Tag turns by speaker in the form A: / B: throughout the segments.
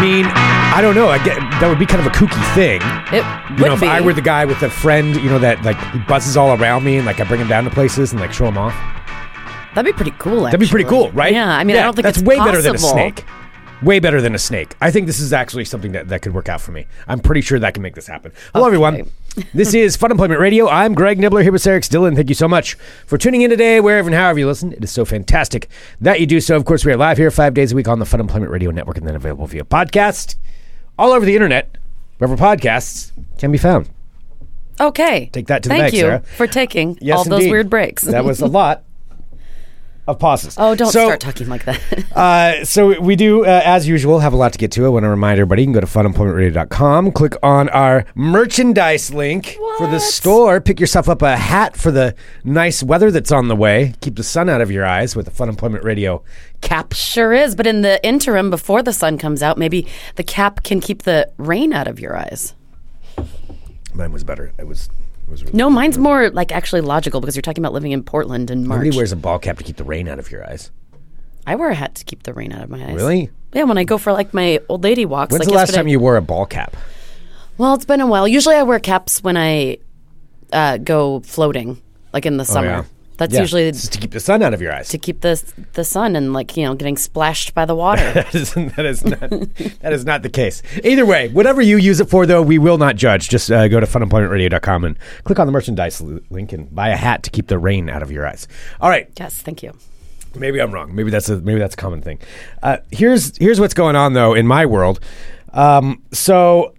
A: mean, I don't know. I get that would be kind of a kooky thing.
B: It would
A: You know, if
B: be.
A: I were the guy with a friend, you know, that like he buzzes all around me and like I bring him down to places and like show him off.
B: That'd be pretty cool.
A: That'd be pretty
B: actually.
A: cool, right?
B: Yeah, I mean, I don't think
A: that's
B: it's
A: way better than a
B: possible.
A: snake. Way better than a snake. I think this is actually something that, that could work out for me. I'm pretty sure that can make this happen. Hello, everyone. this is Fun Employment Radio. I'm Greg Nibbler here with Sarah Dillon. Thank you so much for tuning in today, wherever and however you listen. It is so fantastic that you do so. Of course, we are live here five days a week on the Fun Employment Radio Network and then available via podcast all over the internet, wherever podcasts can be found.
B: Okay.
A: Take that to the
B: Thank
A: bank,
B: you
A: Sarah.
B: for taking
A: Yes,
B: all those
A: indeed.
B: weird breaks.
A: that was a lot of pauses.
B: oh, don't
A: So-
B: start talking like that.
A: uh, so we do, uh, as usual, have a lot to get to. I want to remind everybody you can go to funemploymentradio.com, click on our merchandise link for the
B: What?
A: store, pick yourself up a hat for the nice weather that's on the way, keep the sun out of your eyes with the Fun Employment Radio cap.
B: sure is. But in the interim, before the sun comes out, maybe the cap can keep the rain out of your eyes.
A: Mine was better. It was. It was really
B: No, mine's more like actually logical because you're talking about living in Portland in March.
A: Nobody wears a ball cap to keep the rain out of your eyes.
B: I wear a hat to keep the rain out of my eyes.
A: Really?
B: Yeah, when I go for like my old lady walks.
A: When's
B: like
A: the last
B: yesterday-
A: time you wore a ball cap?
B: Well, it's been a while. Usually, I wear caps when I uh, go floating, like in the summer.
A: Oh, yeah.
B: That's
A: Yeah,
B: usually
A: it's to keep the sun out of your eyes.
B: to keep the the sun and like you know getting splashed by the water.
A: That is, that is not that is not the case. Either way, whatever you use it for, though, we will not judge. Just uh, go to funemploymentradio.com and click on the merchandise l- link and buy a hat to keep the rain out of your eyes. All right,
B: yes, thank you.
A: maybe I'm wrong. Maybe that's a maybe that's a common thing. Uh, here's here's what's going on though in my world. Um, so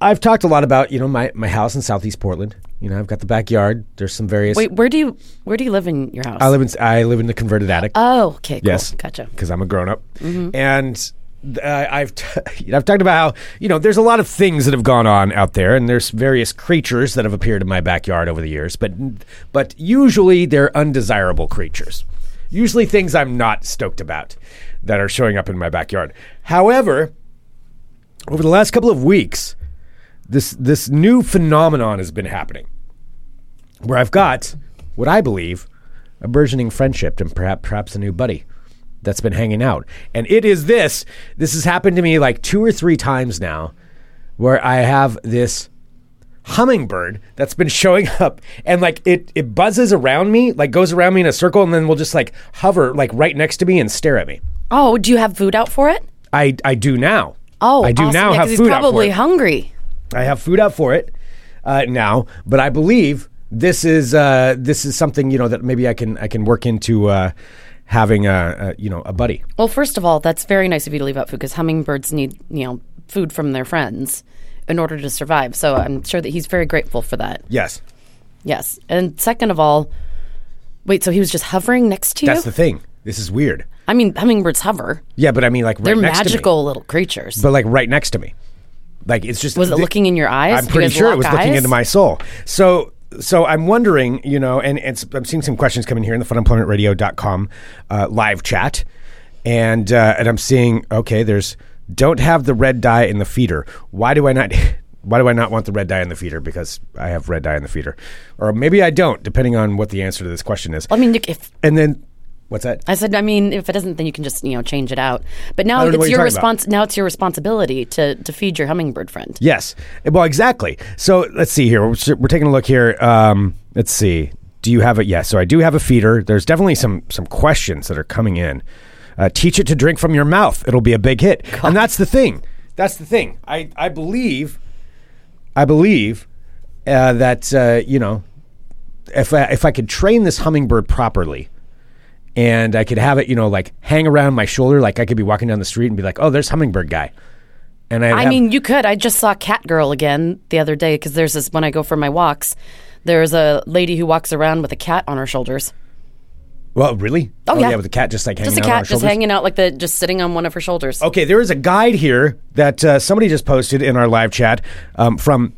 A: I've talked a lot about you know my my house in Southeast Portland. You know I've got the backyard. There's some various.
B: Wait, where do you where do you live in your house?
A: I live in I live in the converted attic.
B: oh, okay, cool.
A: Yes,
B: gotcha. Mm-hmm.
A: Because I'm a grown up, and uh, I've t- I've talked about how you know there's a lot of things that have gone on out there, and there's various creatures that have appeared in my backyard over the years, but but usually they're undesirable creatures, usually things I'm not stoked about that are showing up in my backyard. However, over the last couple of weeks, this this new phenomenon has been happening, where I've got what I believe a burgeoning friendship and perhaps perhaps a new buddy that's been hanging out, and it is this. This has happened to me like two or three times now, where I have this hummingbird that's been showing up and like it it buzzes around me like goes around me in a circle and then will just like hover like right next to me and stare at me
B: Oh, do you have food out for it?
A: i i do now
B: Oh,
A: i do
B: awesome.
A: now
B: Yeah,
A: have
B: 'cause
A: food
B: He's
A: out for
B: probably
A: it.
B: hungry.
A: I have food out for it uh, now, but I believe this is uh, this is something you know that maybe I can I can work into uh, having a, a you know a buddy.
B: Well, first of all, that's very nice of you to leave out food because hummingbirds need you know food from their friends in order to survive. So I'm sure that he's very grateful for that.
A: Yes,
B: Yes, and second of all, wait, so he was just hovering next to you?
A: that's the thing. This is weird.
B: I mean, hummingbirds hover.
A: Yeah, but I mean like right
B: They're
A: next to me,
B: magical little creatures.
A: but like right next to me. Like it's just
B: was it looking in your eyes?
A: I'm
B: Did you
A: pretty
B: guys
A: sure it
B: lock
A: was looking
B: eyes?
A: into my soul. So so I'm wondering, you know, and, and s- I'm seeing some questions coming here in the funemploymentradio.com uh, live chat, and uh, and I'm seeing okay, there's don't have the red dye in the feeder. Why do I not? Why do I not want the red dye in the feeder? Because I have red dye in the feeder, or maybe I don't, depending on what the answer to this question is.
B: I mean, you- if
A: And then, what's that?
B: I said, I mean, if it doesn't, then you can just you know change it out. But
A: I
B: now
A: don't know
B: it's
A: what you're
B: your
A: talking about.
B: response. Now it's your responsibility to to feed your hummingbird friend.
A: Yes. Well, exactly. So let's see here. We're, we're taking a look here. Um, let's see. Do you have a Yes. So I do have a feeder. There's definitely some some questions that are coming in. Uh, teach it to drink from your mouth. It'll be a big hit. And that's the thing. That's the thing. I I believe. I believe uh, that uh, you know if I, if I could train this hummingbird properly and I could have it, you know, like hang around my shoulder, like I could be walking down the street and be like, oh, there's hummingbird guy. And I'd
B: I
A: have-
B: mean, you could. I just saw Cat Girl again the other day because there's this when I go for my walks. There's a lady who walks around with a cat on her shoulders.
A: Well, really?
B: Oh, yeah.
A: with a cat just like hanging
B: Just
A: out on
B: a
A: our
B: cat, just
A: shoulders? Oh.
B: hanging out like the, just sitting on one of her shoulders.
A: Okay, there is a guide here that uh, somebody just posted in our live chat um, from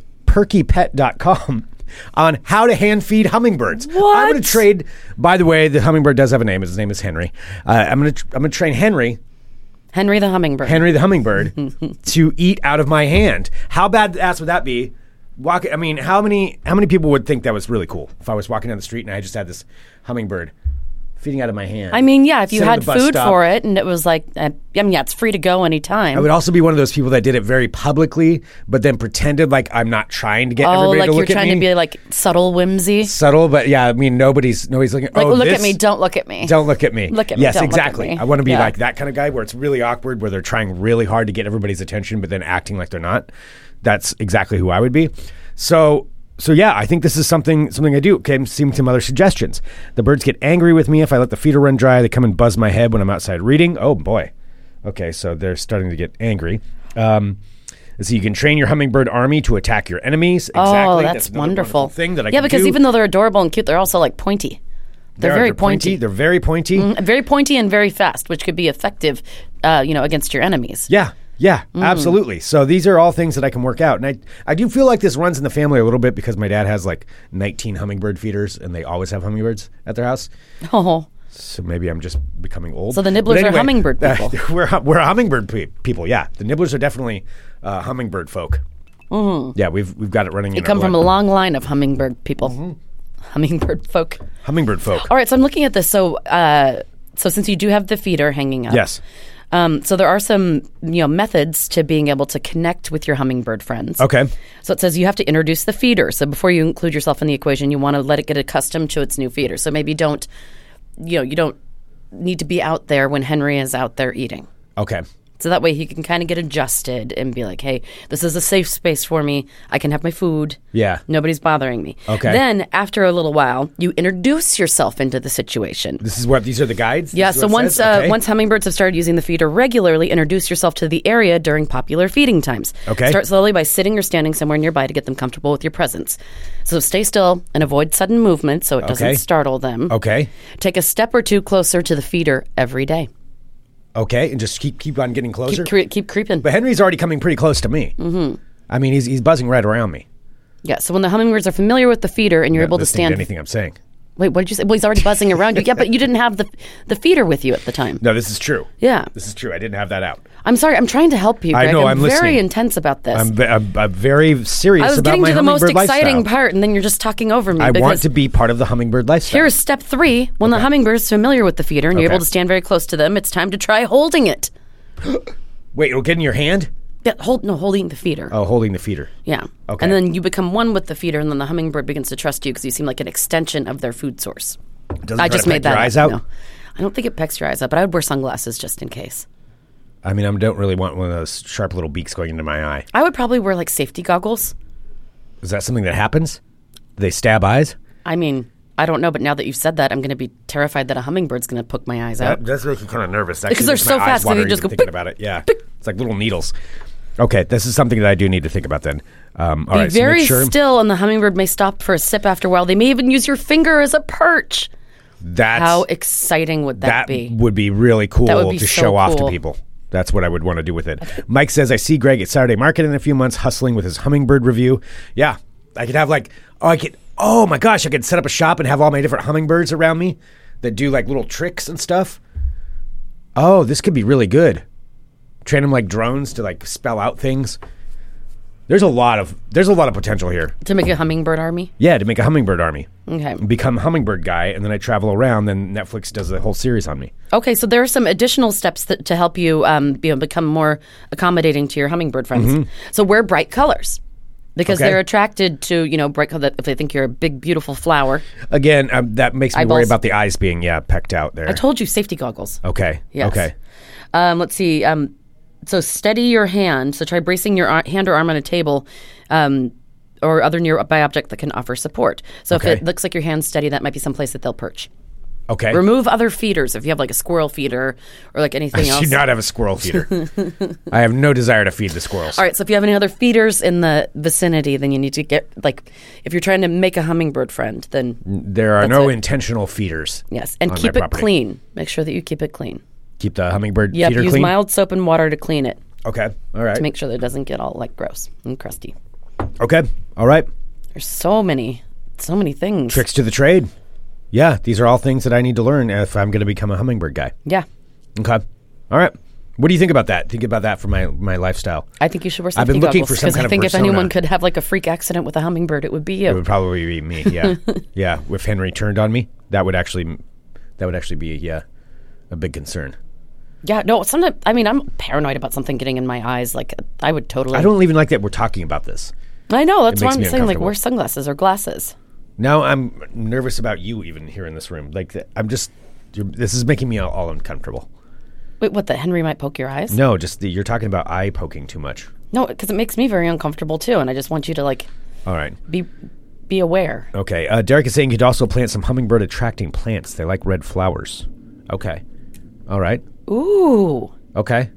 A: perkypet.com on how to hand feed hummingbirds. I'm going
B: What?
A: to trade, by the way, the hummingbird does have a name. His name is Henry. Uh, I'm going to tr- I'm going to train Henry
B: Henry the hummingbird.
A: Henry the hummingbird to eat out of my hand. How badass would that be? Walk. I mean, how many how many people would think that was really cool if I was walking down the street and I just had this hummingbird feeding out of my hand.
B: I mean, yeah, if you
A: Sit at
B: had
A: the bus
B: food
A: stop.
B: for it and it was like, uh, I mean, yeah, it's free to go anytime.
A: I would also be one of those people that did it very publicly, but then pretended like I'm not trying to get
B: oh,
A: everybody
B: like
A: to
B: you're
A: look at
B: trying
A: me.
B: to be like subtle whimsy.
A: Subtle, but yeah, I mean nobody's nobody's looking.
B: Like,
A: oh,
B: look
A: this-
B: at me, don't look at me.
A: Don't look at me.
B: Look at me,
A: yes,
B: don't look at
A: exactly.
B: me.
A: I want to be
B: Yeah.
A: like that kind of guy where it's really awkward, where they're trying really hard to get everybody's attention, but then acting like they're not. That's exactly who I would be. So, so yeah, I think this is something something I do. Okay, seeing some other suggestions. The birds get angry with me if I let the feeder run dry. They come and buzz my head when I'm outside reading. Oh boy. Okay, so they're starting to get angry. Um, so you can train your hummingbird army to attack your enemies. Exactly.
B: Oh, that's,
A: another
B: wonderful.
A: thing that I
B: yeah,
A: can
B: because
A: do.
B: even though they're adorable and cute, they're also like pointy. They're,
A: They are,
B: very Mm-hmm.
A: they're They're very pointy.
B: very pointy and very fast, which could be effective, uh, you know, against your enemies.
A: Yeah. Yeah,
B: Mm.
A: absolutely. So these are all things that I can work out. And I, I do feel like this runs in the family a little bit because my dad has like 19 hummingbird feeders and they always have hummingbirds at their house.
B: Oh,
A: So maybe I'm just becoming old.
B: So the nibblers
A: But
B: are hummingbird
A: uh,
B: people.
A: we're, hu- we're hummingbird pe- people, yeah. The nibblers are definitely uh, hummingbird folk. Mm. Yeah, we've, we've got it running in
B: Mm-hmm. come
A: our
B: from a
A: blood.
B: long line of hummingbird people,
A: Mm-hmm.
B: hummingbird folk.
A: hummingbird folk.
B: All right, so I'm looking at this. So, uh, so since you do have the feeder hanging up,
A: Yes.
B: Um, so there are some you know methods to being able to connect with your hummingbird friends.
A: Okay.
B: So it says you have to introduce the feeder. So before you include yourself in the equation, you want to let it get accustomed to its new feeder. So maybe don't, you know, you don't need to be out there when Henry is out there eating.
A: Okay.
B: So that way he can kind of get adjusted and be like, hey, this is a safe space for me. I can have my food.
A: Yeah.
B: Nobody's bothering me.
A: Okay.
B: Then after a little while, you introduce yourself into the situation.
A: This is what these are the guides.
B: Yeah,
A: This is
B: so
A: what it
B: once
A: says?
B: uh,
A: Okay.
B: once hummingbirds have started using the feeder regularly, introduce yourself to the area during popular feeding times.
A: Okay.
B: Start slowly by sitting or standing somewhere nearby to get them comfortable with your presence. So stay still and avoid sudden movement so it doesn't
A: Okay. Oh.
B: startle them.
A: Okay.
B: Take a step or two closer to the feeder every day.
A: Okay. And just keep keep on getting closer.
B: Keep, cre- keep creeping.
A: But Henry's already coming pretty close to me. Mm-hmm. I mean, he's he's buzzing right around me.
B: yeah, so when the hummingbirds are familiar with the feeder and you're able to
A: listening
B: stand.
A: to anything I'm saying.
B: Wait, what did you say? Well, he's already buzzing around you. Yeah, but you didn't have the the feeder with you at the time.
A: No, this is true.
B: Yeah.
A: this is true. I didn't have that out.
B: I'm sorry. I'm trying to help you,
A: I
B: Greg.
A: know, I'm
B: I'm very
A: listening.
B: intense about this.
A: I'm, ve- I'm, I'm very serious
B: I was
A: about
B: getting
A: my
B: to the most
A: hummingbird
B: exciting
A: lifestyle.
B: part, and then you're just talking over me.
A: I
B: because
A: want to be part of the hummingbird lifestyle.
B: Here's step three. When the hummingbird's familiar with the feeder and you're
A: Okay.
B: able to stand very close to them, it's time to try holding it.
A: Wait, it'll get in your hand?
B: Yeah, hold no holding the feeder.
A: Oh, holding the feeder.
B: Yeah.
A: Okay.
B: And then you become one with the feeder, and then the hummingbird begins to trust you because you seem like an extension of their food source.
A: Doesn't
B: I
A: try to
B: just
A: peck
B: made that
A: your
B: up.
A: eyes out.
B: No. I don't think it pecks your eyes out, but I would wear sunglasses just in case.
A: I mean, I don't really want one of those sharp little beaks going into my eye.
B: I would probably wear like safety goggles.
A: Is that something that happens? Do they stab eyes?
B: I mean, I don't know, but now that you've said that, I'm going to be terrified that a hummingbird's going to poke my eyes out.
A: That does make me kind of nervous. That
B: Because they're
A: makes my
B: so
A: eyes
B: fast, so they
A: water
B: just
A: even
B: go
A: thinking
B: pick,
A: about it. Yeah, it's like little needles. Okay, this is something that I do need to think about then. Um, all
B: Be
A: right, so make
B: very
A: sure-
B: still, and the hummingbird may stop for a sip after a while. They may even use your finger as a perch.
A: That's
B: How exciting would that,
A: that
B: be?
A: would be really cool
B: That would be
A: to
B: so
A: show off to
B: cool.
A: people. That's what I would want to do with it. Mike says, I see Greg at Saturday Market in a few months hustling with his hummingbird review. Yeah, I could have like, oh, I could, oh my gosh, I could set up a shop and have all my different hummingbirds around me that do like little tricks and stuff. Oh, this could be really good. Train them like drones to like spell out things. There's a lot of there's a lot of potential here.
B: To make a hummingbird army?
A: Yeah, to make a hummingbird army.
B: Okay.
A: Become hummingbird guy, and then I travel around. Then Netflix does a whole series on me.
B: Okay, so there are some additional steps that, to help you, um, you know, become more accommodating to your hummingbird friends. So wear bright colors because
A: Mm-hmm. Okay.
B: they're attracted to, you know, bright colors. If they think you're a big, beautiful flower,
A: Again, um, that makes me worry
B: Eyeballs.
A: about the eyes being yeah pecked out there.
B: I told you safety goggles.
A: okay.
B: Yes.
A: Okay.
B: Um, let's see. Um, so steady your hand. So try bracing your ar- hand or arm on a table. Um, or other nearby object that can offer support. So
A: Okay.
B: if it looks like your hand's steady, that might be someplace that they'll perch.
A: Okay.
B: Remove other feeders if you have like a squirrel feeder or like anything
A: I
B: else.
A: do not have a squirrel feeder. I have no desire to feed the squirrels.
B: All right, so if you have any other feeders in the vicinity, then you need to get like if you're trying to make a hummingbird friend, then
A: There are no
B: it.
A: intentional feeders.
B: yes, and
A: Mm. on my
B: keep it
A: property.
B: clean. Make sure that you keep it clean.
A: Keep the hummingbird
B: Yep,
A: feeder
B: use
A: clean.
B: mild soap and water to clean it
A: okay. All right.
B: to make sure that it doesn't get all like gross and crusty.
A: okay. All right.
B: There's so many, so many things.
A: Tricks to the trade. Yeah, these are all things that I need to learn if I'm going to become a hummingbird guy.
B: Yeah,
A: Okay. All right. What do you think about that? Think about that for my my lifestyle.
B: I think you should wear
A: I've
B: safety
A: been looking
B: goggles
A: for some
B: because
A: kind
B: I
A: of
B: think if anyone
A: persona.
B: could have like a freak accident with a hummingbird, it would be
A: It
B: you.
A: would probably be me. Yeah, yeah. If Henry turned on me, that would actually That would actually be yeah, a big concern.
B: Yeah, no, sometimes, I mean, I'm paranoid about something getting in my eyes. Like, I would totally.
A: I don't even like that we're talking about this.
B: I know, that's
A: It
B: why
A: makes
B: I'm
A: me
B: saying, like,
A: uncomfortable.
B: wear sunglasses or glasses.
A: Now I'm nervous about you even here in this room. Like th- I'm just, you're, this is making me all, all uncomfortable.
B: Wait, what, that Henry might poke your eyes?
A: No, just the, you're talking about eye poking too much.
B: No, because it makes me very uncomfortable, too. And I just want you to, like,
A: All right.
B: be be aware.
A: Okay. Uh, Derek is saying you could also plant some hummingbird attracting plants. They like red flowers. Okay. All right.
B: Ooh.
A: Okay.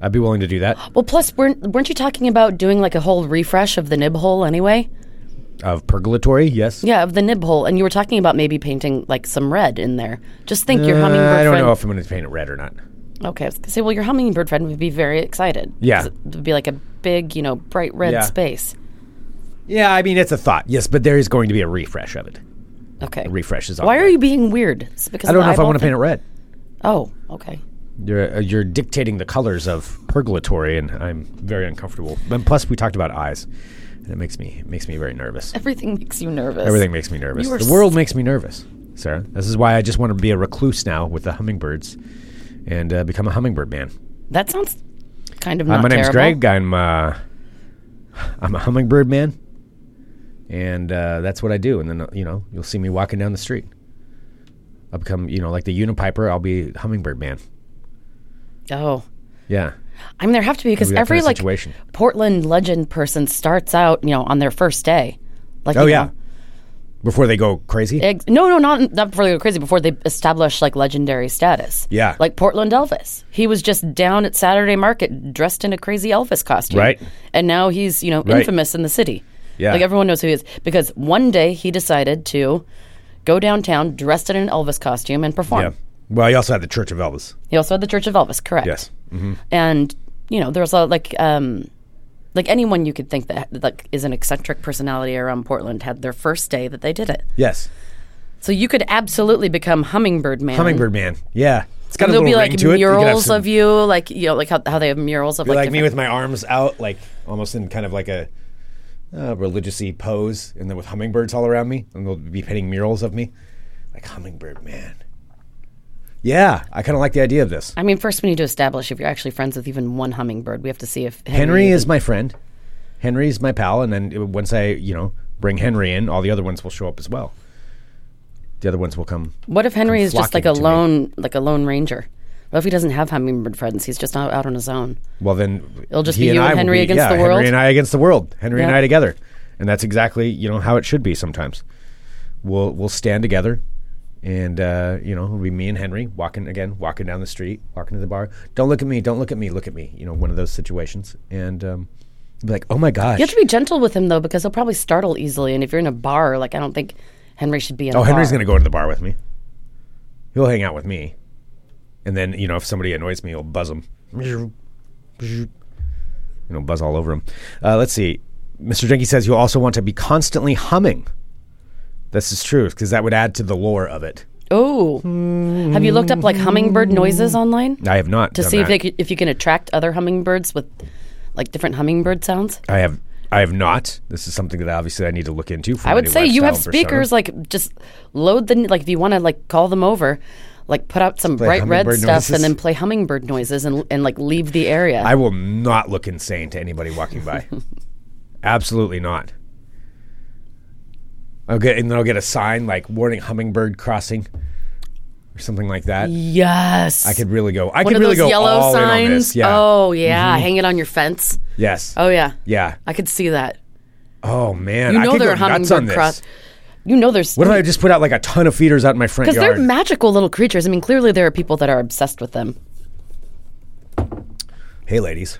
A: I'd be willing to do that.
B: Well, plus, weren't, weren't you talking about doing, like, a whole refresh of the nib hole anyway?
A: Of pergolatory, yes.
B: Yeah, of the nib hole. And you were talking about maybe painting, like, some red in there. Just think your
A: Uh,
B: hummingbird
A: I don't
B: friend.
A: know if I'm going to paint it red or not.
B: Okay, I was gonna say, well, your hummingbird friend would be very excited. 'Cause
A: Yeah.
B: it would be like a big, you know, bright red
A: Yeah.
B: space.
A: Yeah, I mean it's a thought, yes, but there is going to be a refresh of it.
B: Okay,
A: Refresh is on.
B: Why
A: the
B: are
A: way.
B: you being weird? It's
A: I
B: because of
A: don't
B: the
A: know if I
B: eyeball
A: want to
B: thing?
A: paint it red.
B: Oh, okay.
A: You're uh, you're dictating the colors of pergolatory, and I'm very uncomfortable. And plus, we talked about eyes, and it makes me it makes me very nervous.
B: Everything makes you nervous.
A: Everything makes me nervous.
B: You are
A: The world makes me nervous, Sarah. This is why I just want to be a recluse now with the hummingbirds, and uh, become a hummingbird man.
B: That sounds kind of
A: Hi,
B: not
A: Uh, my name's
B: terrible.
A: Greg. I'm uh, I'm a hummingbird man, and uh, that's what I do. And then uh, you know you'll see me walking down the street. I'll become you know like the unipiper. I'll be hummingbird man.
B: Oh,
A: Yeah,
B: I mean, there have to be because
A: Maybe that
B: every
A: kind of
B: like
A: situation.
B: Portland legend person starts out, you know, on their first day. Like,
A: Oh
B: you
A: yeah.
B: know,
A: Before they go crazy.
B: ex- no, no, not not before they go crazy. Before they establish like legendary status.
A: Yeah.
B: like Portland Elvis. He was just down at Saturday Market dressed in a crazy Elvis costume.
A: Right.
B: and now he's you know
A: Right.
B: infamous in the city.
A: Yeah.
B: like everyone knows who he is because one day he decided to go downtown dressed in an Elvis costume and perform.
A: Yeah. Well, you also had the Church of Elvis.
B: He also had the Church of Elvis, correct?
A: Yes. Mm-hmm.
B: and you know there's a like um like anyone you could think that like is an eccentric personality around portland had their first day that they did it
A: Yes.
B: so you could absolutely become hummingbird man
A: Hummingbird Man. Yeah. It's got
B: and
A: a
B: there'll
A: little
B: be
A: ring
B: like
A: to it. You could have
B: murals
A: some-
B: of you like you know like how, how they have murals of
A: You're
B: like,
A: like me
B: different-
A: with my arms out, like almost in kind of like a uh, religiousy pose, and then with hummingbirds all around me, and they'll be painting murals of me, like Hummingbird Man. Yeah, I kind of like the idea of this.
B: i mean first we need to establish if you're actually friends with even one hummingbird we have to see if henry,
A: Henry is my friend. Henry's my pal, and then uh, once I, you know, bring Henry in, all the other ones will show up as well. The other ones will come.
B: what if henry is just like
A: flocking
B: a
A: to me.
B: lone like a lone ranger what if he doesn't have hummingbird friends he's just out, out on his own
A: Well, then
B: It'll just
A: he
B: be you
A: I
B: and
A: will
B: Henry
A: be-
B: against
A: yeah,
B: the world?
A: Henry and I against the world. Henry and
B: Yeah.
A: I together, and that's exactly you know how it should be. Sometimes we'll we'll stand together, and uh, you know it'll be me and Henry walking again, walking down the street, walking to the bar. Don't look at me. Don't look at me. Look at me. You know, one of those situations, and um, be like, oh my gosh.
B: You have to be gentle with him though, because he'll probably startle easily. And if you're in a bar, like I don't think Henry should be in.
A: oh, Henry's
B: bar.
A: going to go to the bar with me. He'll hang out with me, and then you know if somebody annoys me, he'll buzz him. you know, buzz all over him. Uh, let's see. Mr. Jenke says you also want to be constantly humming. This is true because that would add to the lore of it.
B: Oh, have you looked up like hummingbird noises online
A: I have not
B: to
A: done
B: see if
A: that.
B: they, c- if you can attract other hummingbirds with like different hummingbird sounds?
A: I have. I have not. This is something that obviously I need to look into. For
B: I
A: my
B: would
A: new
B: say you have
A: lifestyle and
B: speakers like just load the like if you want to like call them over. Like put out some bright red
A: hummingbird noises.
B: stuff and then play hummingbird noises and and like leave the area.
A: persona. I will not look insane to anybody walking by. Absolutely not. Okay, and then I'll get a sign like warning hummingbird crossing or something like that.
B: yes,
A: I could really go. I
B: one
A: could
B: of
A: really
B: those
A: go
B: yellow
A: all
B: signs.
A: in on this. Yeah.
B: Oh yeah, hang it on your fence.
A: Yes.
B: Oh yeah,
A: Yeah.
B: I could see that.
A: Oh man,
B: You
A: I
B: know
A: could
B: there
A: go
B: are
A: nuts on
B: hummingbird
A: this.
B: cross. You know there's
A: What if I just put out like a ton of feeders out in my front
B: because they're
A: yard?
B: magical little creatures. I mean, clearly there are people that are obsessed with them.
A: hey, ladies,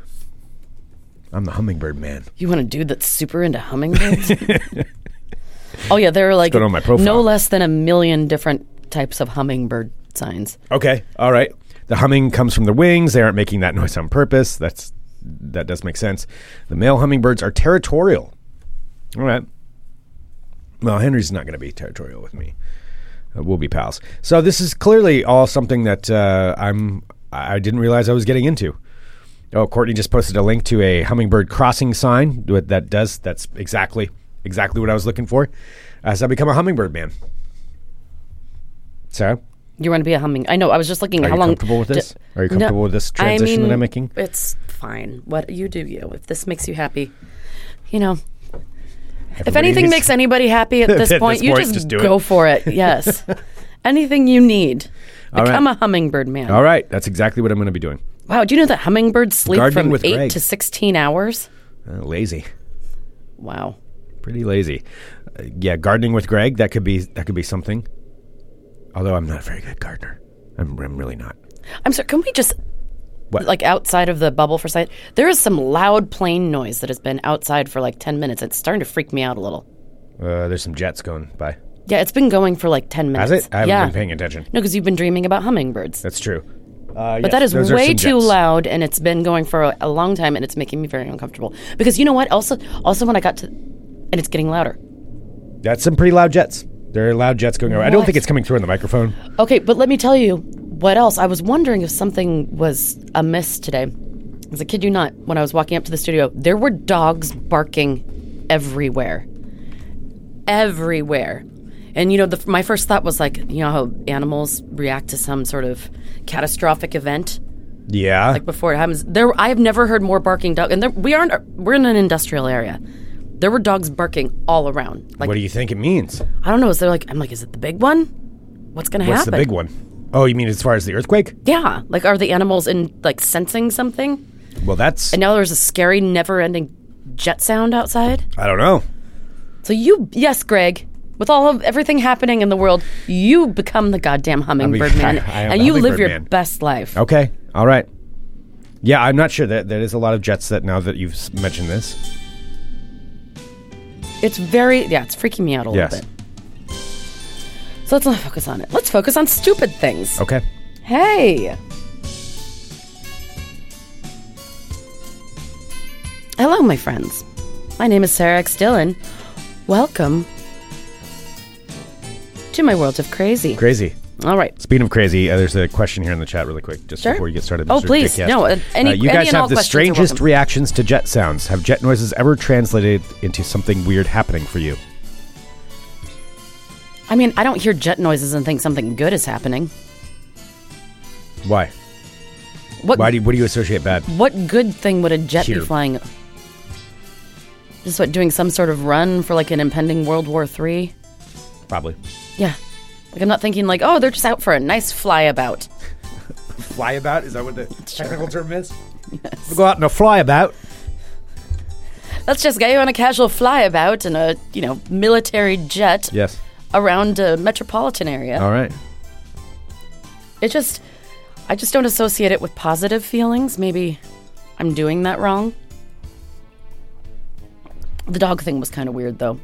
A: I'm the hummingbird man.
B: You want a dude that's super into hummingbirds? oh yeah, there are like
A: put it on my profile.
B: no less than a million different types of hummingbird signs.
A: Okay, all right. The humming comes from the wings. They aren't making that noise on purpose. That's that does make sense. The male hummingbirds are territorial. All right. Well, Henry's not going to be territorial with me. Uh, we'll be pals. So this is clearly all something that uh, I'm. I didn't realize I was getting into. Oh, Courtney just posted a link to a hummingbird crossing sign. What that does? That's exactly exactly what I was looking for. As I become a hummingbird man. Sarah,
B: You want to be a humming? I know. I was just looking.
A: are
B: how
A: you
B: long?
A: comfortable with
B: d-
A: this? Are you comfortable with this transition
B: I mean,
A: that I'm making?
B: It's fine. What you do, you. If this makes you happy, you know. if
A: Everybody
B: anything
A: needs-
B: makes anybody happy at this
A: At
B: point,
A: this
B: you
A: point,
B: just,
A: just do it.
B: go for it. Yes. anything you need.
A: All right.
B: Become a hummingbird man.
A: All right, that's exactly what I'm going to be doing.
B: Wow. Do you know that hummingbirds sleep
A: Gardening
B: from
A: with
B: eight
A: Greg.
B: to sixteen hours?
A: Uh, lazy,
B: Wow.
A: pretty lazy. Uh, yeah, gardening with Greg that could be that could be something. Although I'm not a very good gardener, I'm, I'm really not.
B: I'm sorry. Can we just
A: What?
B: like outside of the bubble for a second? There is some loud plane noise that has been outside for like ten minutes. It's starting to freak me out a little.
A: Uh, there's some jets going by.
B: Yeah, it's been going for like ten minutes.
A: Has it? I haven't
B: yeah.
A: been paying attention.
B: No, because you've been dreaming about hummingbirds.
A: That's true. Uh,
B: but that is way too loud, and it's been going for a, a long time, and it's making me very uncomfortable. Because you know what? Also, also when I got to, and it's getting louder.
A: That's some pretty loud jets. There are loud jets going around. I don't
B: What?
A: think it's coming through on the microphone.
B: Okay, but let me tell you what else. I was wondering if something was amiss today. As a kid, you not, when I was walking up to the studio, there were dogs barking everywhere. Everywhere. And, you know, the, my first thought was like, you know, how animals react to some sort of catastrophic event
A: Yeah.
B: before it happens. There, I have never heard more barking dog. And there, we aren't, we're in an industrial area. There were dogs barking all around. Like,
A: what do you think it means?
B: I don't know. Is there like, I'm like, is it the big one? What's going to happen?
A: What's the big one? Oh, you mean as far as the earthquake?
B: Yeah, like are the animals in like sensing something?
A: Well, that's
B: And now there's a scary, never-ending jet sound outside.
A: I don't know.
B: So you, yes, Greg, with all of everything happening in the world, you become the goddamn hummingbird man,
A: I am
B: and
A: the
B: you live
A: hummingbird
B: your
A: man.
B: best life.
A: Okay. All right. Yeah, I'm not sure that there is a lot of jets that now that you've s- mentioned this.
B: It's very, yeah, it's freaking me out a little
A: Yes.
B: bit. So let's not focus on it. Let's focus on stupid things.
A: Okay.
B: Hey. Hello, my friends. My name is Sarah X. Dillon. Welcome to my world of crazy.
A: Crazy.
B: All right.
A: Speaking of crazy, uh, there's a question here in the chat, really quick, just
B: Sure.
A: before you get started.
B: Oh,
A: Mr.
B: please.
A: Dickcast.
B: No, uh, any-
A: you
B: any
A: guys
B: and all
A: have the
B: questions are welcome.
A: strangest reactions to jet sounds. Have jet noises ever translated into something weird happening for you?
B: I mean, I don't hear jet noises and think something good is happening.
A: Why?
B: What
A: Why do you, what do you associate bad?
B: what good thing would a jet
A: Here.
B: be flying? Just what doing some sort of run for like an impending World War III?
A: Probably.
B: Yeah. Like I'm not thinking like, oh, they're just out for a nice flyabout.
A: Fly about? Is that what the technical term is? We'll go out and a fly about.
B: let's just go on a casual flyabout in a you know military jet
A: Yes.
B: around a metropolitan area.
A: All right.
B: It just, I just don't associate it with positive feelings. Maybe I'm doing that wrong. The dog thing was kind of weird though.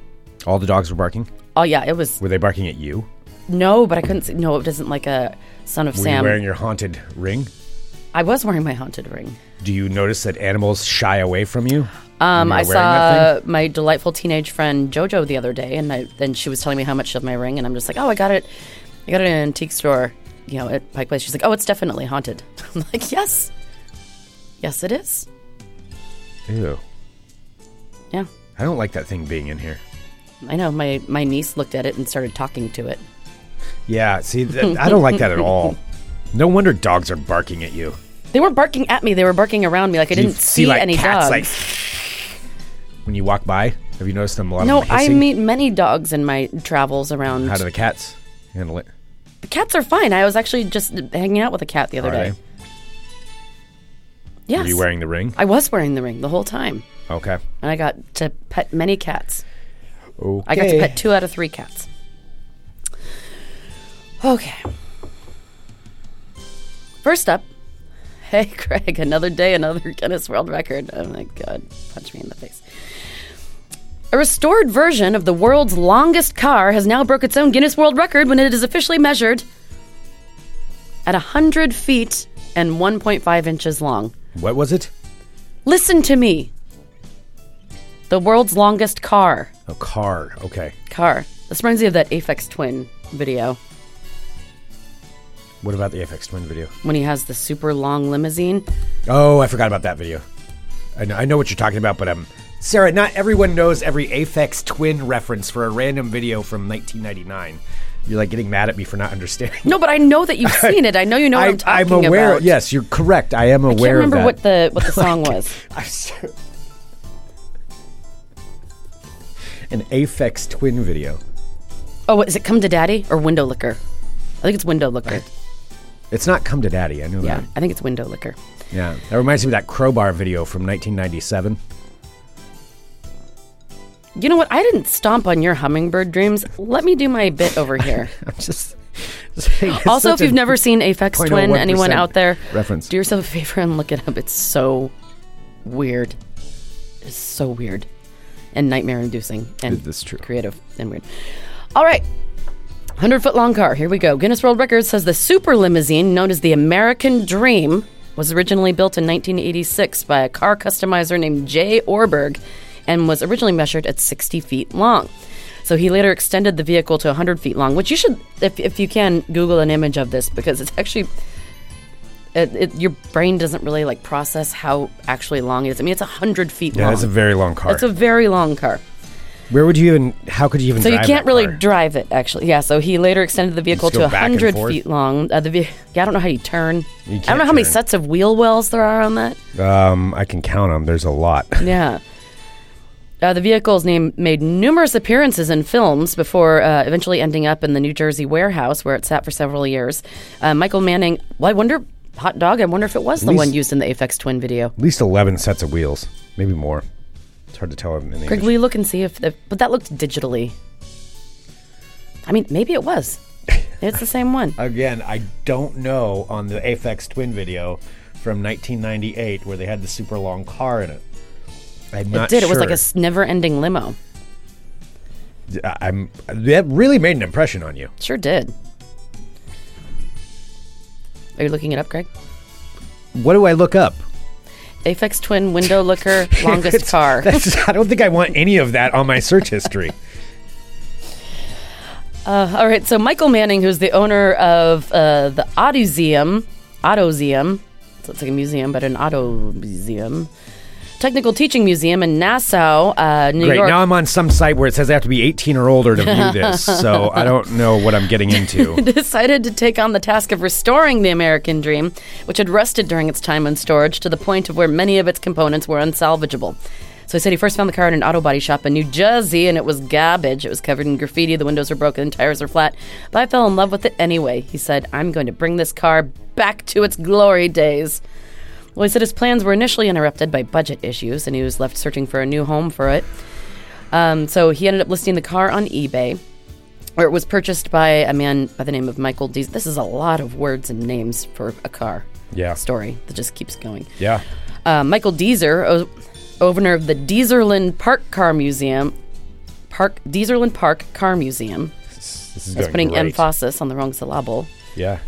A: All the dogs were barking.
B: Oh yeah, it was
A: Were they barking at you?
B: no, but I couldn't. See, no, it doesn't like a son of
A: Were
B: Sam.
A: you wearing your haunted ring?
B: I was wearing my haunted ring.
A: Do you notice that animals shy away from you?
B: Um,
A: when
B: I
A: you're wearing that
B: saw my delightful teenage friend JoJo the other day, and I, then she was telling me how much she loved my ring, and I'm just like, oh, I got it, I got it in an antique store, you know, at Pike Place. She's like, oh, it's definitely haunted. I'm like, yes, yes, it is.
A: thing? Ew.
B: Yeah,
A: I don't like that thing being in here.
B: I know. My my niece looked at it and started talking to it.
A: Yeah, see, th- I don't like that at all. No wonder dogs are barking at you.
B: They weren't barking at me; they were barking around me. Like I
A: Do you
B: didn't
A: f-
B: see,
A: like,
B: any
A: cats,
B: dogs.
A: Like, when you walk by, have you noticed them a lot?
B: no,
A: of them
B: I
A: hissing?
B: meet many dogs in my travels around.
A: how do the cats handle it?
B: The cats are fine. I was actually just hanging out with a cat the other
A: Are
B: day.
A: they?
B: Yes,
A: Are you wearing the ring?
B: I was wearing the ring the whole time.
A: Okay.
B: and I got to pet many cats.
A: Okay.
B: I got to pet two out of three cats. Okay. First up, hey Craig, another day, another Guinness World Record. Oh my God, punch me in the face. A restored version of the world's longest car has now broke its own Guinness World Record when it is officially measured at 100 feet and 1.5 inches long.
A: What was it?
B: Listen to me. The world's longest car.
A: A car. Okay.
B: Car. This reminds me of that Aphex Twin video
A: What about the FX Twin video?
B: when he has the super long limousine.
A: Oh, I forgot about that video. I know, I know what you're talking about, but um, Sarah, not everyone knows every Aphex Twin reference for a random video from 1999. You're like getting mad at me for not understanding.
B: No, but I know that you've seen it. I know you know what I, am
A: I, am
B: talking
A: aware.
B: about.
A: Yes, you're correct. I am
B: I can't
A: aware
B: remember
A: of that.
B: what the what the song was.
A: I'm sure- An Aphex Twin video.
B: Oh, what, is it "Come to Daddy" or "Window Licker"? I think it's "Window Licker."
A: It's not Come to Daddy. I know
B: Yeah,
A: that.
B: I think it's "Window Licker."
A: Yeah. That reminds me of that Crowbar video from 1997.
B: You know what? I didn't stomp on your hummingbird dreams. Let me do my bit over here.
A: I'm just. saying, it's
B: also,
A: such
B: if you've
A: a
B: never seen Aphex
A: 0.01%
B: Twin, anyone out there,
A: reference.
B: do yourself a favor and look it up. It's so weird. It's so weird and nightmare inducing and
A: That's true.
B: creative and weird. All right. 100 foot long car. Here we go. Guinness World Records says the super limousine, known as the American Dream, was originally built in 1986 by a car customizer named Jay Orberg and was originally measured at 60 feet long. So he later extended the vehicle to 100 feet long, which you should, if, if you can, Google an image of this because it's actually it, it, your brain doesn't really like process how actually long it is. I mean, it's a hundred feet
A: Yeah,
B: long.
A: that's a very long car.
B: It's a very long car.
A: Where would you even? How could you even?
B: So you
A: drive
B: can't
A: that
B: really
A: car?
B: drive it, actually. Yeah. So he later extended the vehicle
A: just
B: to
A: go back and
B: hundred
A: forth?
B: feet long. Uh, the ve- yeah, I don't know how you turn.
A: You
B: I don't
A: can't
B: know how many
A: turn.
B: sets of wheel wells there are on that.
A: Um, I can count them. There's a lot.
B: Yeah. Uh, the vehicle's name made numerous appearances in films before uh, eventually ending up in the New Jersey warehouse where it sat for several years. Uh, Michael Manning, well, I wonder, hot dog, I wonder if it was the
A: least-
B: one used in the Aphex Twin video.
A: At least eleven sets of wheels, maybe more. It's hard to tell in the
B: Greg,
A: image.
B: will you look and see if the, but that looked digitally. I mean, maybe it was. It's the same one.
A: Again, I don't know on the Aphex Twin video from 1998 where they had the super long car in it. I'm
B: It did. It was like a s- never-ending limo.
A: I'm. That really made an impression on you.
B: Sure did. Are you looking it up, Greg?
A: What do I look up?
B: Aphex Twin window looker longest
A: It's-
B: car.
A: that's- I don't think I want any of that on my search history.
B: Uh, All right, so Michael Manning, who's the owner of uh, the Autoseum, Autoseum, so it's like a museum, but an auto museum, technical teaching museum in Nassau, uh, New
A: Great.
B: York.
A: Now I'm on some site where it says I have to be 18 or older to view this, so I don't know what I'm getting into.
B: decided to take on the task of restoring the American dream, which had rusted during its time in storage to the point of where many of its components were unsalvageable. So he said he first found the car in an auto body shop in New Jersey, and it was garbage. It was covered in graffiti, the windows were broken, and tires were flat. But I fell in love with it anyway. He said, I'm going to bring this car back to its glory days. Well, he said his plans were initially interrupted by budget issues, and he was left searching for a new home for it. Um, so he ended up listing the car on eBay or it was purchased by a man by the name of Michael Dees. This is a lot of words and names for a car.
A: Yeah.
B: Story that just keeps going.
A: Yeah.
B: Uh, Michael Deezer, o- owner of the Deezerland Park Car Museum, Park Deezerland Park Car Museum.
A: This is
B: I was
A: going
B: putting
A: great.
B: emphasis on the wrong syllable.
A: Yeah.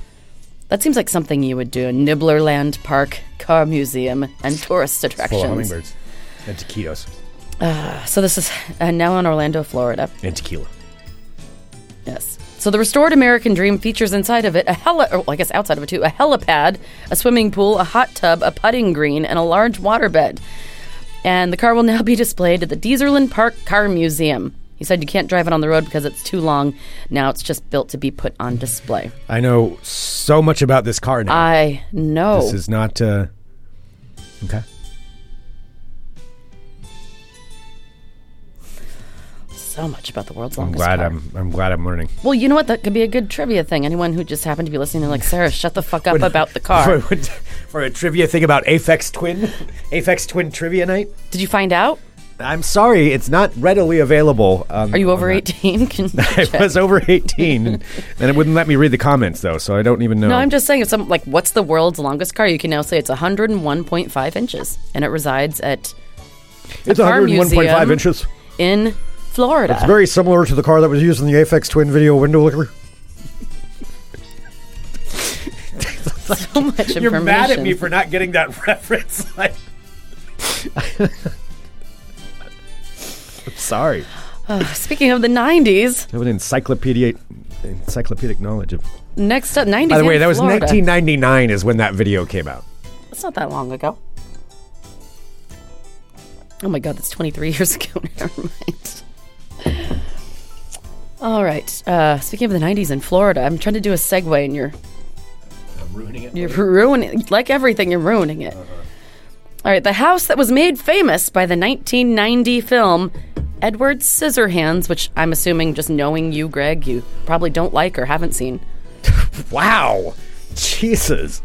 B: That seems like something you would do. Nibblerland Park Car Museum and tourist
A: Full of
B: attractions.
A: hummingbirds. And taquitos.
B: So this is uh, now in Orlando, Florida.
A: And tequila.
B: Yes. So the restored American Dream features inside of it a heli, or I guess outside of it too, a helipad, a swimming pool, a hot tub, a putting green, and a large waterbed. And the car will now be displayed at the Deezerland Park Car Museum. He said you can't drive it on the road because it's too long. Now it's just built to be put on display.
A: I know so much about this car now.
B: I know.
A: this is not. Uh, okay.
B: so much about the world's
A: I'm
B: longest
A: glad
B: car.
A: I'm. I'm glad I'm learning.
B: well, you know what? That could be a good trivia thing. Anyone who just happened to be listening, they're like, Sarah, shut the fuck up about the car.
A: For, for a trivia thing about Aphex Twin, Aphex Twin trivia night.
B: Did you find out?
A: I'm sorry, it's not readily available. Um,
B: Are you over
A: on that.
B: 18? Can you
A: I was over 18, and it wouldn't let me read the comments though, so I don't even know.
B: No, I'm just saying if some like what's the world's longest car, you can now say it's 101.5 inches and it resides at
A: it's 101.5
B: car museum.
A: inches.
B: in Florida.
A: It's very similar to the car that was used in the Aphex Twin video window licker.
B: so much information.
A: You're mad at me for not getting that reference. Like, I'm sorry.
B: Speaking of the 90s,
A: I have an encyclopedic, encyclopedic knowledge of.
B: next up 90s.
A: By the way,
B: in
A: that was
B: Florida.
A: 1999 is when that video came out.
B: That's not that long ago. Oh my god, that's 23 years ago. Never mind. All right. Uh, speaking of the 90s in Florida, I'm trying to do a segue and you're
A: I'm ruining it.
B: You're ruining, like everything, you're ruining it. All right, the house that was made famous by the 1990 film Edward Scissorhands, which I'm assuming, just knowing you, Greg, you probably don't like or haven't seen.
A: Wow. Jesus.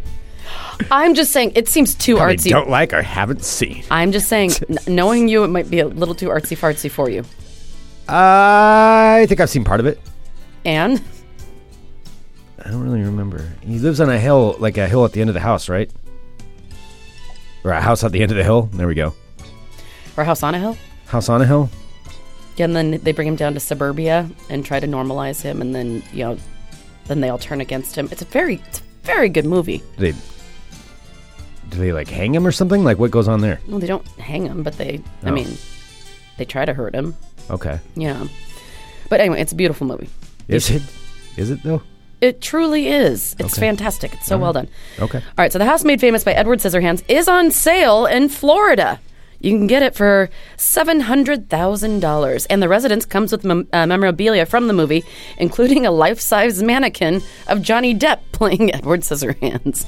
B: I'm just saying, it seems too
A: I
B: artsy.
A: don't like or haven't seen.
B: I'm just saying, n- knowing you, it might be a little too artsy fartsy for you.
A: I think I've seen part of it.
B: Anne?
A: I don't really remember. He lives on a hill, like a hill at the end of the house, right? Or a house at the end of the hill. There we go.
B: Or House on a Hill?
A: House on a hill.
B: Yeah, and then they bring him down to suburbia and try to normalize him, and then, you know, then they all turn against him. It's a very, it's a very good movie.
A: Do they do they like hang him or something? Like what goes on there?
B: Well, they don't hang him, but they, I
A: Oh.
B: mean, they try to hurt him.
A: Okay.
B: Yeah. But anyway, it's a beautiful movie.
A: Is it? Is it though?
B: It truly is. It's
A: Okay.
B: fantastic. It's so well done.
A: Okay.
B: All right, so The House Made Famous by Edward Scissorhands is on sale in Florida. You can get it for $700,000. And the residence comes with mem- uh, memorabilia from the movie, including a life size mannequin of Johnny Depp playing Edward Scissorhands.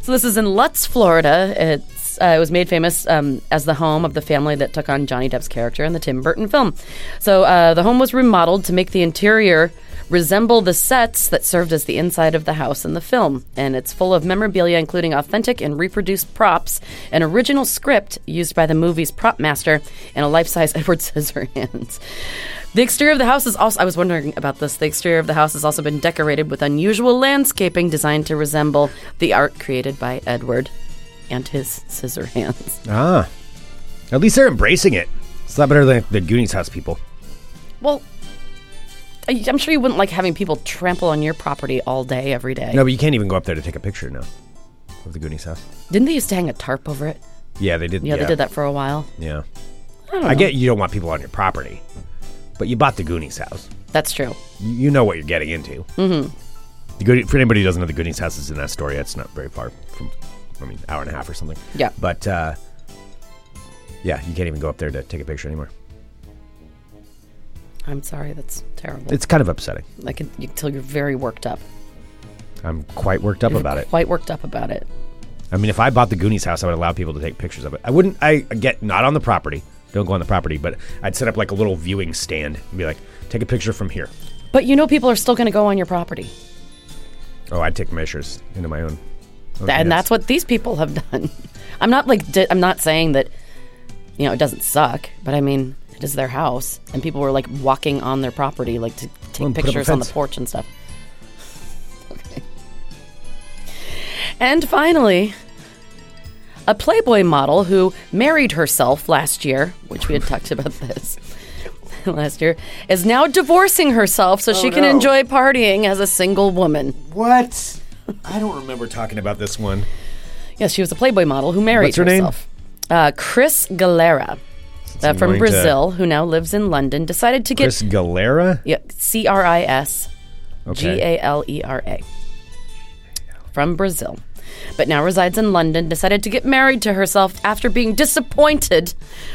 B: So this is in Lutz, Florida. It's, uh, it was made famous um, as the home of the family that took on Johnny Depp's character in the Tim Burton film. So uh, the home was remodeled to make the interior resemble the sets that served as the inside of the house in the film. And it's full of memorabilia, including authentic and reproduced props, an original script used by the movie's prop master, and a life-size Edward Scissorhands. The exterior of the house is also, I was wondering about this. The exterior of the house has also been decorated with unusual landscaping designed to resemble the art created by Edward and his scissor hands.
A: Ah. At least they're embracing it. It's a lot better than the Goonies house people.
B: Well, I- I'm sure you wouldn't like having people trample on your property all day, every day.
A: No, but you can't even go up there to take a picture now of the Goonies house.
B: Didn't they used to hang a tarp over it?
A: Yeah, they did.
B: Yeah, they did that for a while.
A: Yeah.
B: I don't know.
A: I get you don't want people on your property, but you bought the Goonies house.
B: That's true.
A: you know what you're getting into. Mm-hmm. The good, for anybody who doesn't know, the Goonies house is in that story. It's not very far from, I mean, hour and a half or something.
B: Yeah.
A: But uh, yeah, you can't even go up there to take a picture anymore.
B: I'm sorry. That's terrible.
A: It's kind of upsetting.
B: I can, you can tell you're very worked up.
A: I'm quite worked up about it.
B: Quite worked up about it.
A: I mean, if I bought the Goonies house, I would allow people to take pictures of it. I wouldn't. I get not on the property. Don't go on the property, but I'd set up like a little viewing stand and be like, take a picture from here.
B: But you know, people are still going to go on your property.
A: Oh, I'd take measures into my own. own
B: and
A: hands.
B: that's what these people have done. I'm not like di- I'm not saying that you know it doesn't suck, but I mean it is their house, and people were like walking on their property, like to take
A: Well, and put up a
B: pictures on the
A: fence.
B: porch and stuff. Okay. And finally, a Playboy model who married herself last year, which we had talked about this last year, is now divorcing herself so she can
A: Oh, no.
B: enjoy partying as a single woman.
A: What? I don't remember talking about this one.
B: Yes, she was a Playboy model who married
A: What's her name?
B: herself. Uh, Chris Galera uh,
A: I'm
B: from
A: going to-
B: Brazil, who now lives in London, decided to
A: Chris
B: get
A: Galera.
B: yeah, C R I S G
A: Okay.
B: A L E R A from Brazil, but now resides in London, decided to get married to herself after being disappointed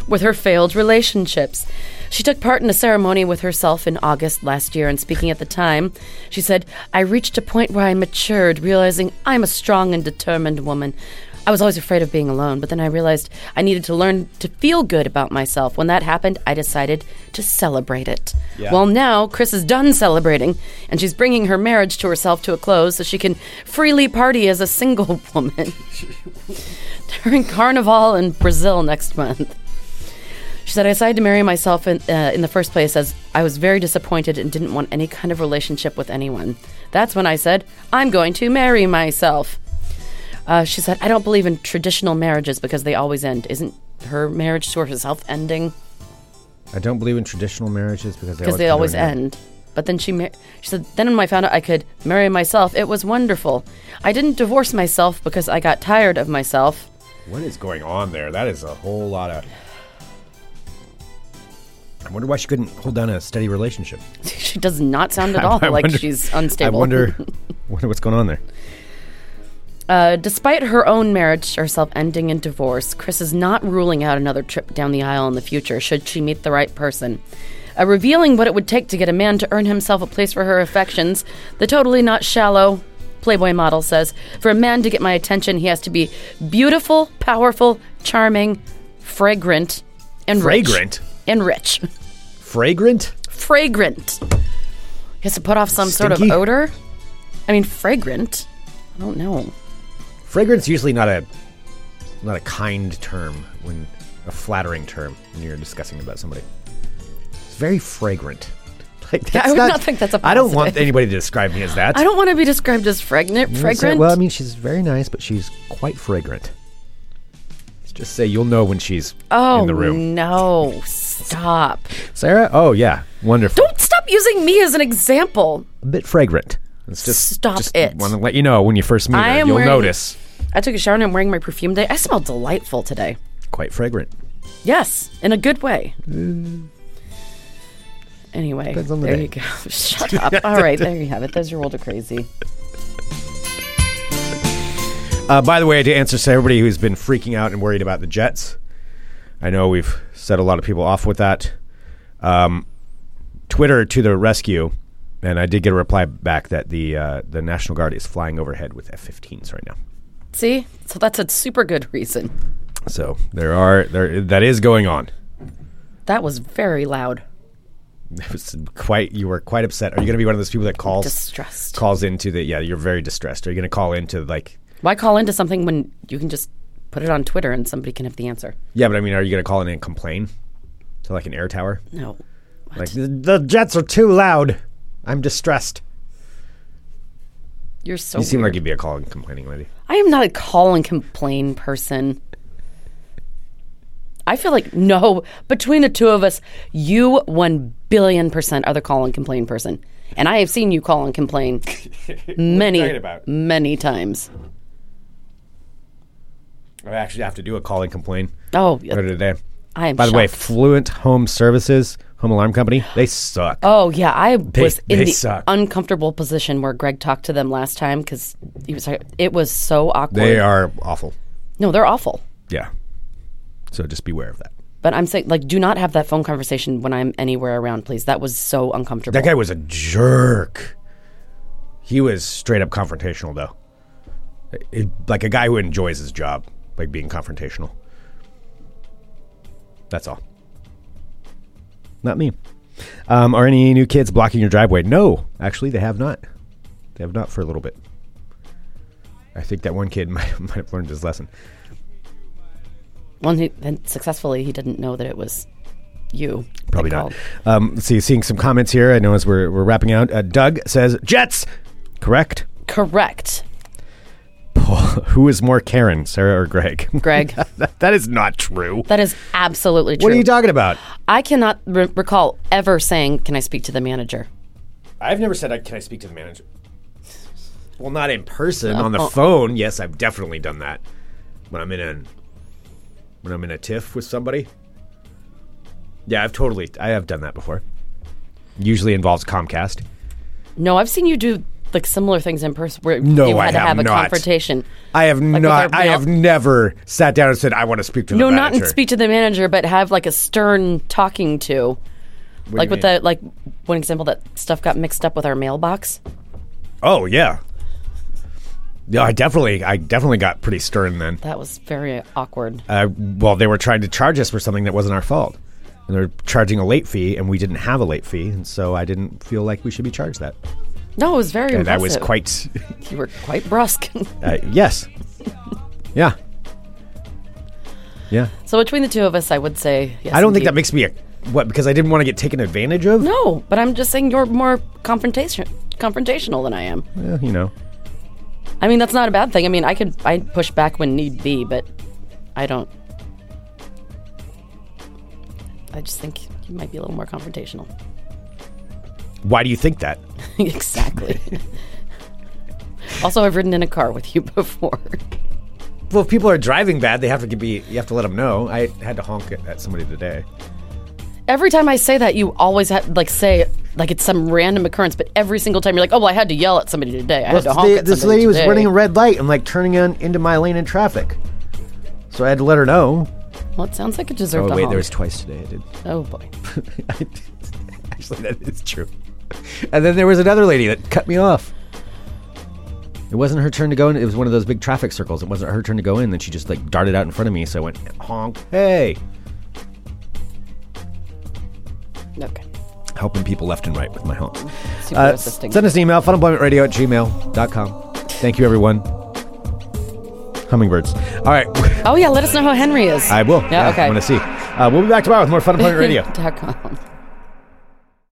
B: with her failed relationships. She took part in a ceremony with herself in August last year, and speaking at the time, she said, I reached a point where I matured, realizing I'm a strong and determined woman. I was always afraid of being alone, but then I realized I needed to learn to feel good about myself. When that happened, I decided to celebrate it.
A: Yeah.
B: Well, now Chris is done celebrating, and she's bringing her marriage to herself to a close so she can freely party as a single woman during Carnival in Brazil next month. She said, I decided to marry myself in, uh, in the first place as I was very disappointed and didn't want any kind of relationship with anyone. That's when I said, I'm going to marry myself. Uh, she said, I don't believe in traditional marriages because they always end. Isn't her marriage to herself ending?
A: I don't believe in traditional marriages because they
B: because
A: always,
B: they always
A: end.
B: end. But then she, mar- she said, then when I found out I could marry myself, it was wonderful. I didn't divorce myself because I got tired of myself.
A: What is going on there? That is a whole lot of. I wonder why she couldn't hold down a steady relationship.
B: she does not sound at all like
A: wonder-
B: she's
A: I
B: unstable.
A: wonder, wonder what's going on there.
B: Uh, despite her own marriage to herself ending in divorce, Chris is not ruling out another trip down the aisle in the future should she meet the right person. uh, revealing what it would take to get a man to earn himself a place for her affections. The totally not shallow Playboy model says For a man to get my attention, he has to be beautiful, powerful, charming, fragrant, and rich."
A: Fragrant?
B: And rich.
A: Fragrant?
B: fragrant. He has to put off some sort
A: Stinky?
B: of odor. I mean, fragrant. I don't know.
A: Fragrant's usually not a not a kind term when a flattering term when you're discussing about somebody. It's very fragrant. Like that's
B: I would not think that's a
A: I don't want
B: positive.
A: anybody to describe me as that.
B: I don't want to be described as fragrant.
A: You wanna say,
B: Fragrant.
A: Well, I mean, she's very nice, but she's quite fragrant. Let's just say you'll know when she's
B: oh
A: in the room.
B: no! Stop!
A: Sarah? Oh yeah, wonderful.
B: Don't stop using me as an example.
A: A bit fragrant. It's just
B: Stop
A: just
B: it.
A: Want to let you know when you first meet
B: I
A: her,
B: am
A: you'll
B: wearing-
A: notice.
B: I took a shower and I'm wearing my perfume today. I smell delightful today.
A: Quite fragrant.
B: Yes, in a good way. Anyway,
A: Mm. on the
B: there
A: day.
B: you go. Shut up. All right, there you have it. There's your world of crazy.
A: Uh, by the way, to answer to everybody who's been freaking out and worried about the Jets, I know we've set a lot of people off with that. Um, Twitter to the rescue, and I did get a reply back that the uh, the National Guard is flying overhead with F-15s right now.
B: See, so that's a super good reason.
A: So there are there that is going on.
B: That was very loud.
A: It was quite you were quite upset. Are you going to be one of those people that calls
B: Distressed.
A: calls into the yeah? You're very distressed. Are you going to call into like
B: Why call into something when you can just put it on Twitter and somebody can have the answer?
A: yeah? But I mean, are you going to call in and complain to like an air tower?
B: No.
A: Like the, the jets are too loud. I'm distressed.
B: You're so
A: You seem
B: weird.
A: like you'd be a calling complaining lady.
B: I am not a call and complain person. I feel like no, between the two of us, you 1 billion percent are the call and complain person. And I have seen you call and complain
A: talking
B: many
A: about?
B: many times.
A: I actually have to do a call and complain
B: Oh,
A: later today.
B: I am
A: By the way,
B: shocked.
A: Fluent Home Services, Home Alarm Company, they suck.
B: Oh yeah, I was in
A: they
B: the
A: suck.
B: uncomfortable position where Greg talked to them last time because he was. It was so awkward.
A: They are awful.
B: no, they're awful.
A: Yeah. So just beware of that.
B: But I'm saying, like, do not have that phone conversation when I'm anywhere around, please. That was so uncomfortable.
A: That guy was a jerk. He was straight up confrontational, though. It- like a guy who enjoys his job, like being confrontational. That's all. Not me. Um, are any new kids blocking your driveway? No, actually, they have not. They have not for a little bit. I think that one kid might, might have learned his lesson.
B: One who then successfully he didn't know that it was you. that
A: Probably not.
B: called.
A: Um, let's see, seeing some comments here. I know as we're, we're wrapping out. Uh, Doug says, Jets! Correct.
B: Correct,
A: Who is more Karen, Sarah or Greg?
B: Greg.
A: that, that is not true.
B: that is absolutely true.
A: What are you talking about?
B: I cannot re- recall ever saying, "Can I speak to the manager?"
A: I've never said, I, can I speak to the manager? Well, not in person, on the
B: oh.
A: phone. Yes, I've definitely done that. When I'm in an when I'm in a tiff with somebody. Yeah, I've totally I have done that before. Usually involves Comcast.
B: No, I've seen you do like similar things in person where
A: No,
B: you
A: I
B: had to
A: have
B: have a
A: not.
B: confrontation.
A: I have
B: with
A: not
B: our
A: I
B: male-
A: have never sat down and said I want to speak to
B: No,
A: the
B: not
A: manager.
B: in speak to the manager, but have like a stern talking to. like with the like one example that stuff got mixed up with our mailbox.
A: Oh, yeah. Yeah, I definitely I definitely got pretty stern then.
B: That was very awkward.
A: uh, well, they were trying to charge us for something that wasn't our fault. And they were charging a late fee, and we didn't have a late fee, and so I didn't feel like we should be charged that.
B: No, it was very
A: And that
B: impressive.
A: was quite,
B: You were quite brusque.
A: uh, yes, yeah, yeah.
B: so between the two of us, I would say yes.
A: I don't think
B: indeed.
A: that makes me a what because I didn't want to get taken advantage of.
B: No, but I'm just saying you're more confrontation confrontational than I am.
A: Eh, you know,
B: I mean that's not a bad thing. I mean I could I push back when need be, but I don't. I just think you might be a little more confrontational.
A: why do you think that?
B: exactly. also, I've ridden in a car with you before.
A: Well, if people are driving bad, they have to be. You have to let them know. I had to honk at, at somebody today.
B: every time I say that, you always have, like say like it's some random occurrence, but every single time you're like, oh well, I had to yell at somebody today. I had to honk
A: This-
B: at
A: this
B: somebody
A: lady was
B: today."
A: running a red light and like turning on into my lane in traffic, so I had to let her know.
B: Well, it sounds like it deserved
A: Oh
B: a
A: wait,
B: honk.
A: there was twice today. I did.
B: oh boy,
A: I did. Actually, that is true. And then there was another lady that cut me off. It wasn't her turn to go in. It was one of those big traffic circles. It wasn't her turn to go in. Then she just like darted out in front of me. So I went honk, hey,
B: Okay.
A: helping people left and right with my honk.
B: Super
A: Uh,
B: assisting.
A: send us an email, funemploymentradio at gmail.com. Thank you, everyone. Hummingbirds. All right.
B: oh yeah, let us know how Henry is.
A: I will.
B: Yeah. okay.
A: I want to see. Uh, we'll be back tomorrow with more Fun Employment Radio.
B: Dot com.